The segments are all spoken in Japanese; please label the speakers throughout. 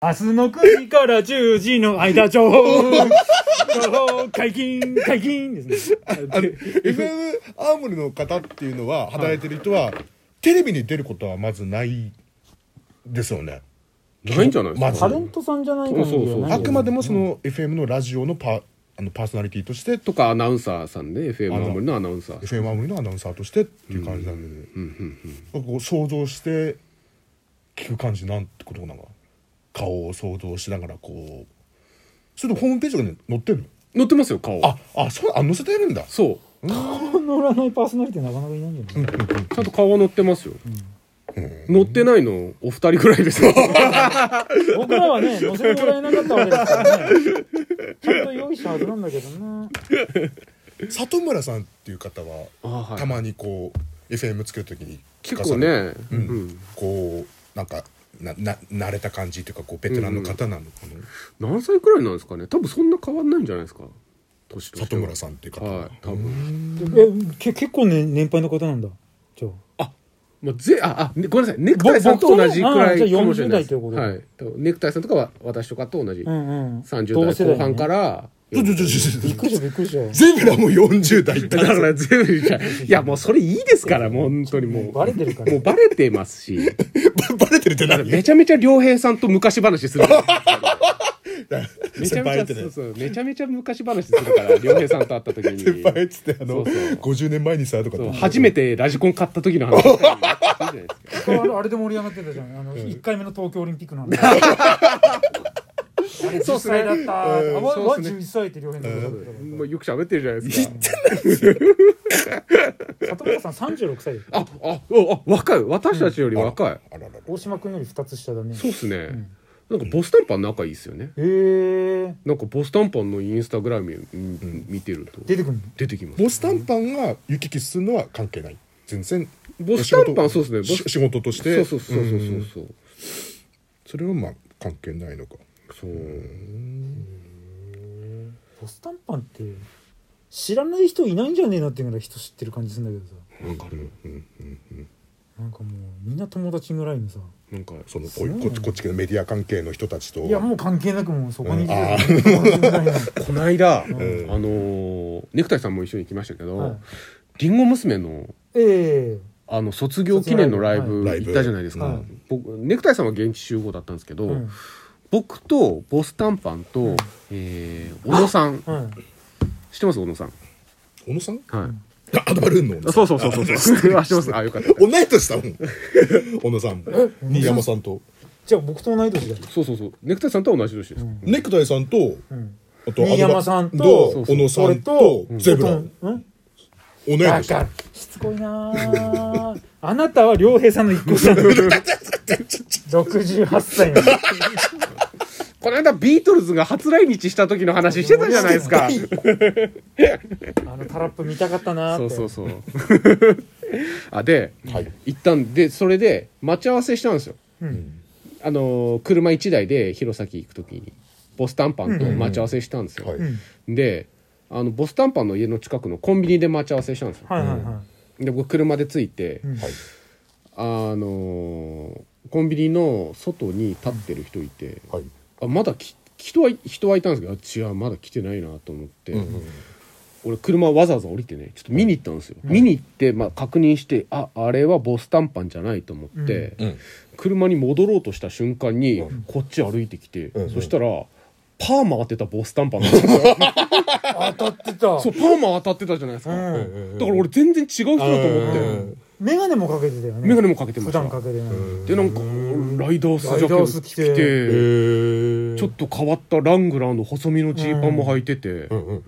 Speaker 1: 明日の9時から10時の間上解禁解禁ですね
Speaker 2: あの FM 青森の方っていうのは働いてる人は、テレビに出ることはまずないですよね
Speaker 3: ないんじゃないですか、
Speaker 2: まず
Speaker 1: タレントさんじゃないか
Speaker 3: そうそうそう
Speaker 2: あくまで
Speaker 1: も
Speaker 2: もその FM のラジオのパあのパーソナリティとして
Speaker 3: とかアナウンサーさんで FM
Speaker 2: あの
Speaker 3: 青森のアナウンサー
Speaker 2: FM 青森のアナウンサーとしてっていう感じなんで、こう想像して聞く感じなんてことかな顔を想像しながらこうそれとホームページとかに載ってるの
Speaker 3: 載ってますよ顔
Speaker 2: ああそうあ載せてるんだ
Speaker 3: そう
Speaker 1: 乗らないパーソナリティなかなかいないんじゃない
Speaker 3: ちゃんと顔は載ってますよ、乗ってないのお二人ぐら いですよ
Speaker 1: 僕らはね乗せてもらえなかったわけですからねちゃんと用意したはずなんだけどね
Speaker 2: 里村さんっていう方は
Speaker 3: あ、は
Speaker 2: た
Speaker 3: い、
Speaker 2: まにこう FM つけるときに聞
Speaker 3: 結
Speaker 2: かさ
Speaker 3: 構
Speaker 2: れる
Speaker 3: ね、う
Speaker 2: うん
Speaker 3: ん
Speaker 2: こうなんかなな慣れた感じというかこうベテランの方なのかな、
Speaker 3: 何歳くらいなんですかね多分そんな変わんないんじゃないですか年として
Speaker 2: 里
Speaker 3: は
Speaker 2: 村さんっていう方
Speaker 3: はい多分
Speaker 1: えけ結構ね年配の方なんだじゃあ
Speaker 3: まあ、ぜああねごめんなさいネクタイさんと同じくらい
Speaker 1: 僕とねあーじゃあ
Speaker 3: かもしれな
Speaker 1: 40代
Speaker 3: い
Speaker 1: ってことで
Speaker 3: はい、多分ネクタイさんとかは私とかと同じ、
Speaker 1: うんうん同世代
Speaker 3: 30代
Speaker 1: ね
Speaker 3: 後半から、
Speaker 2: ちょちょちょちょ
Speaker 1: びっ
Speaker 2: ちょ
Speaker 1: くりしたびっくりし
Speaker 2: 全部がもう40代って
Speaker 3: だから全部じゃいやもうそれいいですからもう本当にも
Speaker 1: た
Speaker 3: う
Speaker 1: バレてるから
Speaker 3: もうバレてますし
Speaker 2: ババレてるって何
Speaker 3: めちゃめちゃ良平さんと昔話する めち
Speaker 2: 先
Speaker 3: ゃめち
Speaker 2: 輩っ
Speaker 3: ゃ
Speaker 2: てね
Speaker 3: そうそうめちゃめちゃ昔話するから良平さんと会った時に
Speaker 2: 先輩っつってあの
Speaker 3: そうそう
Speaker 2: 50年前にさとか
Speaker 3: そう
Speaker 2: って
Speaker 3: 初めてラジコン買った時の話いいじゃないです
Speaker 1: こ
Speaker 3: か
Speaker 1: れあれあれで盛り上がってたじゃんあの1回目の東京オリンピックなんで
Speaker 3: そう
Speaker 1: 10
Speaker 3: っすね
Speaker 1: 歳だったあ
Speaker 2: うん
Speaker 1: わ
Speaker 3: そうっ
Speaker 1: わ
Speaker 3: すね
Speaker 1: 11歳って両辺のことだった
Speaker 3: もうよく喋ってるじゃないですか
Speaker 1: 里村さん36歳だよ
Speaker 3: ああおあ若い私たちより若い、
Speaker 2: あららら
Speaker 1: 大島君より2つ下だね
Speaker 3: そうっすね、なんかボスタンパン仲いいっすよね
Speaker 1: へえ
Speaker 3: なんかボスタンパンのインスタグラム見見てると
Speaker 1: 出てくるの
Speaker 3: 出てきます
Speaker 2: ボス短パンが行き来するのは関係ない全然
Speaker 3: ボス短パン
Speaker 2: お仕事
Speaker 3: そうですねボス
Speaker 2: し仕事として
Speaker 3: そうそうそうそうそ
Speaker 2: ん
Speaker 3: うそう
Speaker 2: それはまあ関係ないのか
Speaker 3: そう
Speaker 1: ポスタンパンって知らない人いないんじゃねえなっていうぐらい人知ってる感じするんだけどさ
Speaker 3: わかる
Speaker 1: なんかもうみんな友達ぐらいのさ
Speaker 3: なんか
Speaker 2: その
Speaker 1: そうなの
Speaker 2: こっちこっちのメディア関係の人たちと
Speaker 1: いやもう関係なくもうそこにいる
Speaker 2: うんあ
Speaker 1: 友達ぐらいの
Speaker 3: こ の
Speaker 2: ん
Speaker 3: 間、あのーネクタイさんも一緒に行きましたけど、
Speaker 1: はい
Speaker 3: りんご娘の
Speaker 1: ええ
Speaker 3: あの卒業記念のライブ
Speaker 2: はい
Speaker 3: 行ったじゃないですか、
Speaker 1: はい
Speaker 3: 僕ネクタイさんは現地集合だったんですけど、
Speaker 1: うん
Speaker 3: 僕とボス短パンと、
Speaker 1: ん
Speaker 3: えー小野さん
Speaker 1: は
Speaker 3: 知ってます小野さん
Speaker 2: 小野さん
Speaker 3: はい、
Speaker 2: あアドバルーンの小野
Speaker 3: あ
Speaker 2: さ
Speaker 3: そ
Speaker 2: ん
Speaker 3: うそうそうそうそう あ知ってますあよかった
Speaker 2: 同い年だもん小野さん新山さんと
Speaker 1: いじゃあ僕と同い年だ
Speaker 3: そうそうそうネクタイさんとは同じ年です、
Speaker 2: ネクタイさんと
Speaker 1: うん
Speaker 2: あと
Speaker 1: 新山さんと
Speaker 2: アドバ小野さ
Speaker 1: 俺
Speaker 2: んと
Speaker 1: と
Speaker 2: ゼブラ
Speaker 1: うんうん
Speaker 2: 同い
Speaker 1: バ
Speaker 2: 年
Speaker 1: カしつこいなああなたは良平さんの一個 下の68歳の
Speaker 3: この間ビートルズが初来日した時の話してたじゃないですか
Speaker 1: あのタラップ見たかったな
Speaker 3: そ
Speaker 1: ーっ
Speaker 3: う
Speaker 1: て
Speaker 3: そうそう あで、
Speaker 2: はい
Speaker 3: 行ったんでそれで待ち合わせしたんですよ
Speaker 1: うん、
Speaker 3: あのー車1台で弘前行く時にボス短パンと待ち合わせしたんですよ、
Speaker 2: はいう
Speaker 1: ん
Speaker 3: であのボス短パンの家の近くのコンビニで待ち合わせしたんですよ、
Speaker 1: はいはいは
Speaker 3: で僕車で着いて、
Speaker 1: うん
Speaker 2: はい
Speaker 3: あのーコンビニの外に立ってる人いて、
Speaker 2: はい
Speaker 3: あまだき人は人はいたんですけどあ違うまだ来てないなと思って、
Speaker 2: うんうん
Speaker 3: 俺車わざわざ降りてねちょっと見に行ったんですよ、見に行って、まあ、確認してああれはボス短パンじゃないと思って、
Speaker 2: うん
Speaker 3: 車に戻ろうとした瞬間に、
Speaker 2: うん
Speaker 3: こっち歩いてきて、
Speaker 2: うん
Speaker 3: そしたらパーマ当てたボス短パン なんですよ
Speaker 1: い当たってた
Speaker 3: そうパーマ当たってたじゃないですか、
Speaker 1: うん
Speaker 3: だから俺全然違う人だと思って、
Speaker 2: うん
Speaker 1: メガネもかけてたよね
Speaker 3: 眼鏡もかけてま
Speaker 1: 普
Speaker 3: した
Speaker 1: 段かけてない
Speaker 3: でなんかライダースジャケ
Speaker 1: ライダー
Speaker 3: ッ
Speaker 1: ス
Speaker 3: ト
Speaker 1: 着
Speaker 3: 着
Speaker 1: て
Speaker 3: て
Speaker 2: へー
Speaker 3: ちょっと変わったラングラーの細身のジーパンも履いてて、
Speaker 2: うんうんうんうんうん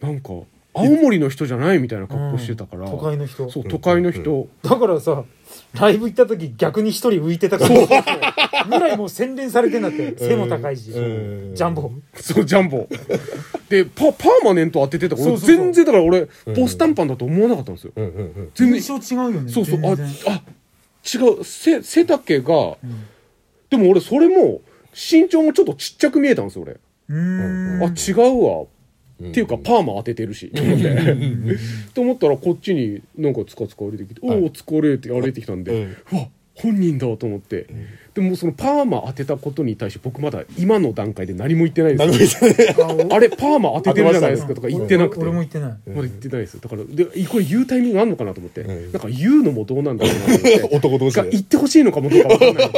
Speaker 3: なんか青森の人じゃないみたいな格好してたから、
Speaker 1: 都会の人
Speaker 3: そう都会の人、
Speaker 1: だからさライブ行った時逆に一人浮いてたからそうぐらいもう洗練されてんだっ て背も高いしジ
Speaker 2: うん
Speaker 1: ャンボ
Speaker 3: そうジャンボでパパーマネント当ててたから
Speaker 1: そう
Speaker 3: 俺
Speaker 1: そうそう
Speaker 3: 全然だから俺ボス短パンだと思わなかったんですよ、
Speaker 2: うんうんうん
Speaker 3: 全
Speaker 1: 印
Speaker 3: 然
Speaker 1: 象違うよね
Speaker 3: そうそう
Speaker 1: 全然
Speaker 3: ああ違う背背丈が、でも俺それも身長もちょっとちっちゃく見えたんですよ俺、
Speaker 1: うーん
Speaker 3: あ違うわっていうかパーマ当ててるしと思 ってと思ったらこっちになんかつかつか歩いてきて「おお疲れ」って歩いてきたんで「うわ本人だと思って、でもそのパーマ当てたことに対して僕まだ今の段階で何も言ってないです
Speaker 2: 何も言ってない
Speaker 3: あれパーマ当ててるじゃないですかとか言ってなくて
Speaker 1: 俺俺も言ってない
Speaker 3: まだ言ってないですだからでこれ言うタイミングあんのかなと思って、
Speaker 2: うん
Speaker 3: なんか言うのもどうなんだろうなと思 って
Speaker 2: 男同士
Speaker 3: が
Speaker 2: で
Speaker 3: 言ってほしいのかもどうかわかんない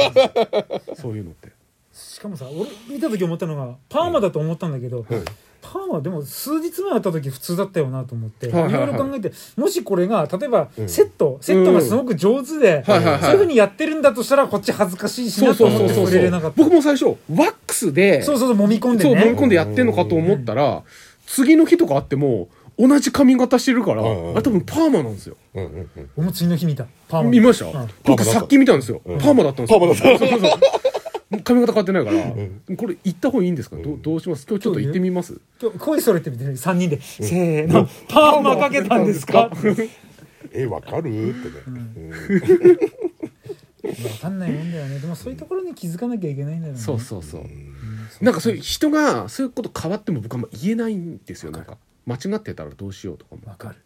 Speaker 3: そういうのって
Speaker 1: しかもさ俺見た時思ったのがパーマだと思ったんだけど、パーマでも数日前会った時普通だったよなと思って、
Speaker 3: はいはいはい
Speaker 1: ろいろ考えてもしこれが例えば
Speaker 2: ん
Speaker 1: セット、セットがすごく上手で、
Speaker 3: はいはいはい
Speaker 1: そういうふうにやってるんだとしたらこっち恥ずかしいしなと思って触れれなかった
Speaker 3: 僕も最初ワックスで
Speaker 1: そうそうそう揉み込んで
Speaker 3: そう
Speaker 1: ね
Speaker 3: 揉み込んでやってんのかと思ったら、次の日とかあっても同じ髪型してるから、
Speaker 2: うんうん
Speaker 3: あ多分パーマなんですよ
Speaker 2: うんうんうん
Speaker 1: 俺も次の日見たパーマ
Speaker 3: 見ました、
Speaker 1: うん
Speaker 3: 僕さっき見たんですよ、パーマだったんですよ
Speaker 2: パーマだった
Speaker 3: そうそうそうもう 髪型変わってないから、これ行った方がいいんですか、どうどうします今日ちょっと行ってみます
Speaker 1: 今日声それってみて3人で、せーの「パーマかけたんですか?」
Speaker 2: えわかるってね、うん
Speaker 1: 分かんないもんだよねでもそういうところに気づかなきゃいけないんだよね
Speaker 3: そうそうそう、なんかそういう人がそういうこと変わっても僕はあんま言えないんですよなんか間違ってたらどうしようとかも、
Speaker 1: わかる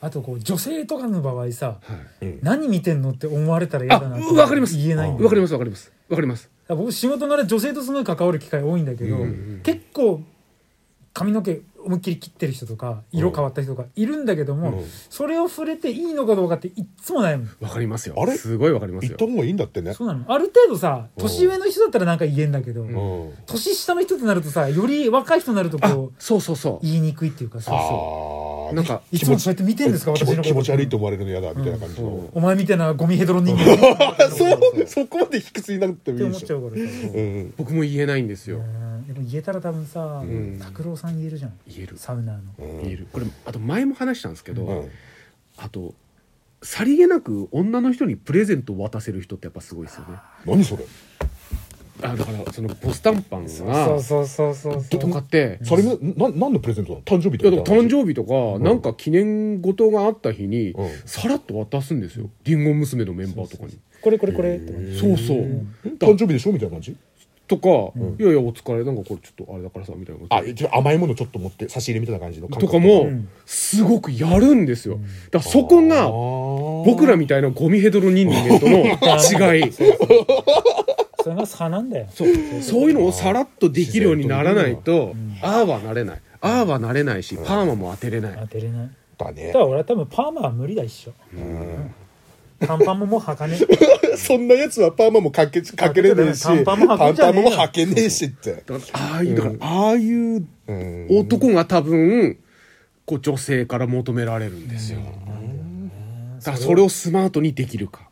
Speaker 1: あとこう女性とかの場合さ
Speaker 3: はい、
Speaker 1: 何見てんのって思われたら嫌
Speaker 3: あ
Speaker 1: だな
Speaker 3: わかります
Speaker 1: 言えないんだよ
Speaker 3: わかりますわかりますわかります
Speaker 1: だから僕仕事柄女性とすごい関わる機会多いんだけど、
Speaker 2: うんう
Speaker 1: 結構髪の毛思いっきり切ってる人とか色変わった人とかいるんだけども、
Speaker 2: うん
Speaker 1: それを触れていいのかどうかっていっつも悩む
Speaker 3: わかりますよ
Speaker 2: あれ
Speaker 3: すごいわかります
Speaker 2: 言っ
Speaker 3: よ
Speaker 2: た方がいいんだってね
Speaker 1: そうなのある程度さ年上の人だったらなんか言えんだけど、
Speaker 2: うん
Speaker 1: 年下の人となるとさより若い人になると
Speaker 3: あ
Speaker 1: こう
Speaker 3: そうそうそう
Speaker 1: 言いにくいっていうかさ
Speaker 2: あー
Speaker 3: なんか
Speaker 1: いつもそうやって見てんですか
Speaker 2: 気
Speaker 1: 私の
Speaker 2: 持
Speaker 1: こ
Speaker 2: 気持ち
Speaker 1: と
Speaker 2: 悪いと思われるの嫌だみたいな感じの、
Speaker 1: お前みたいなゴミヘドロ人間 っ
Speaker 2: あそうそこまで卑屈になくても
Speaker 1: て
Speaker 2: いい
Speaker 1: 思
Speaker 2: で
Speaker 1: っ
Speaker 2: し
Speaker 1: ちゃ
Speaker 2: ょ、
Speaker 1: うからさ
Speaker 2: うん、
Speaker 3: 僕も言えないんですよ、
Speaker 1: うんでも言えたら多分さ
Speaker 3: ん
Speaker 1: 拓郎さん言えるじゃん
Speaker 3: 言える
Speaker 1: サウナーの
Speaker 3: 言えるこれあと前も話したんですけど、
Speaker 2: うん
Speaker 3: あとさりげなく女の人にプレゼントを渡せる人ってやっぱすごいですよね
Speaker 2: 何それ
Speaker 3: あだからそのボスタンパン
Speaker 1: そ
Speaker 3: が
Speaker 1: うそうそうそうそう
Speaker 3: とかって
Speaker 2: それなな何のプレゼントなの誕生日
Speaker 3: い
Speaker 2: と
Speaker 3: やでも
Speaker 2: か
Speaker 3: 誕生日とかなんか記念事があった日に
Speaker 2: うん
Speaker 3: さらっと渡すんですよりんご娘のメンバーとかに
Speaker 1: これこれこれって感じ
Speaker 3: そうそう
Speaker 2: 誕生日でしょみたいな感じ
Speaker 3: とか「いやいやお疲れなんかこれちょっとあれだからさ」みたいな
Speaker 2: あ
Speaker 3: こと
Speaker 2: 一応甘いものちょっと持って差し入れみたいな感じの感
Speaker 3: と
Speaker 2: 覚
Speaker 3: かもすごくやるんですよだからそこが僕らみたいなゴミヘドロ人間と の違い
Speaker 1: それが差なんだよ
Speaker 3: そうそういうのをさらっとできるようにならないとああはなれないああはなれないしパーマも当てれない
Speaker 1: 当てれない
Speaker 2: だ
Speaker 1: だ
Speaker 2: ね
Speaker 1: から俺は多分パーマは無理だ一緒短パンももう履かね
Speaker 2: そんなやつはパーマもかけかけれねえし
Speaker 1: 短パンも履くんじゃねえよ
Speaker 2: 短パンも履けねえしって
Speaker 3: だからああいうだからああいう
Speaker 2: うん
Speaker 3: 男が多分こう女性から求められるんですよ、だからそれをスマートにできるか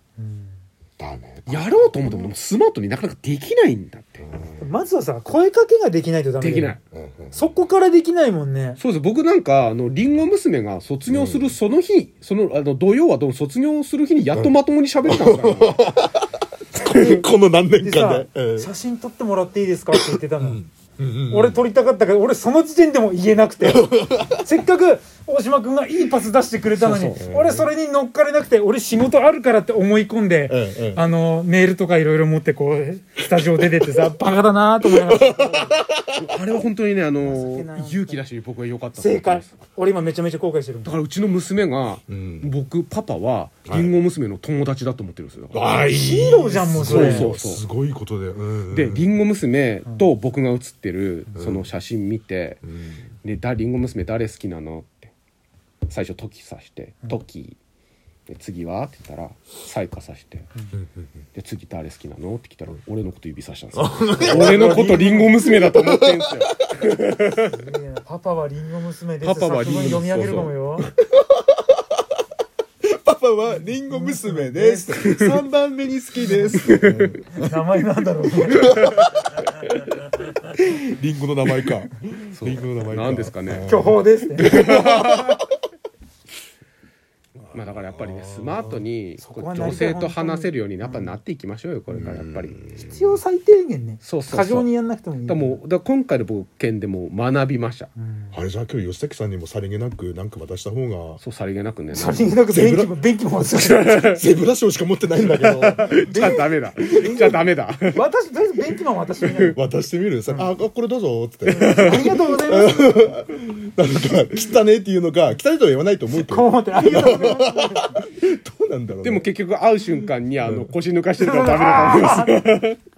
Speaker 2: だね
Speaker 3: やろうと思ってもでもスマートになかなかできないんだって、
Speaker 1: えまずはさ声かけができないとダメ
Speaker 3: で
Speaker 1: だよ
Speaker 3: きない
Speaker 2: うんうん
Speaker 1: そこからできないもんね
Speaker 3: そうです僕なんかあのりんご娘が卒業するその日、そのあの土曜はどうも卒業する日にやっとまともに喋ったんですから、
Speaker 2: この何年
Speaker 1: でさ
Speaker 2: 間でうん
Speaker 1: 写真撮ってもらっていいですかって言ってたの
Speaker 2: うんうん
Speaker 1: 俺撮りたかったけど俺その時点でも言えなくて せっかく大島君がいいパス出してくれたのに俺それに乗っかれなくて俺仕事あるからって思い込んで、
Speaker 2: うんうん
Speaker 1: あのメールとかいろいろ持ってこうスタジオ出てってさバカだなと思いました
Speaker 3: あれは本当にねあの
Speaker 1: けない
Speaker 3: 勇気だし僕は良かったと思
Speaker 1: 正
Speaker 3: いま
Speaker 1: 解
Speaker 3: す
Speaker 1: 俺今めちゃめちゃ後悔してるもん
Speaker 3: だからうちの娘が、
Speaker 2: ん
Speaker 3: 僕パパはりんご娘の友達だと思ってるんですよ、だから
Speaker 2: あいい
Speaker 1: ヒーローじゃんもうそれ
Speaker 3: そうそう
Speaker 2: すごいことだようんうん
Speaker 3: でりんご娘と僕が写ってるその写真見て「でだりんご娘誰好きなの?」って最初「トキ」さして「トキ」で次はって言ったら「サイカ」さしてで次「誰好きなの?」って来たら俺のこと指さしたんですよ俺のことりんご娘だと思ってん すよ
Speaker 1: いやパパはリンゴ娘です
Speaker 3: パパはリンゴ
Speaker 1: 作文読み上げるかもよ
Speaker 2: パパはリンゴ娘です3番目に好きです
Speaker 1: 名前なんだろうね
Speaker 2: リンゴの名前かリンゴの名前
Speaker 3: なんですかね
Speaker 1: 巨峰ですね
Speaker 3: まあだからやっぱりねスマートにこう
Speaker 1: こは
Speaker 3: 女性と話せるようにやっぱなっていきましょうよこれからやっぱり
Speaker 1: 必要最低限ね
Speaker 3: そうそうそう
Speaker 1: 過剰にやんなくてもいい
Speaker 3: だからもうだから今回の僕件でもう学びました
Speaker 2: あれじゃあ今日吉崎さんにもさりげなくなんか渡した方が
Speaker 3: そうさりげなくね
Speaker 1: さりげなく便器も便器も忘れてる
Speaker 2: ゼブラ賞しか持ってないんだけど
Speaker 3: じゃあダメだじゃあダメだ
Speaker 1: 私とりあえず便器マン私になる
Speaker 2: 渡してみるさ、ああこれどうぞっつってなんか
Speaker 1: ありがとうございます
Speaker 2: 汚ねえっていうのか汚いとは言わないと思うけど
Speaker 1: こう思ってありがとうございま
Speaker 2: どうなんだろうね、
Speaker 3: でも結局会う瞬間にあの腰抜かしてるからダメだと思います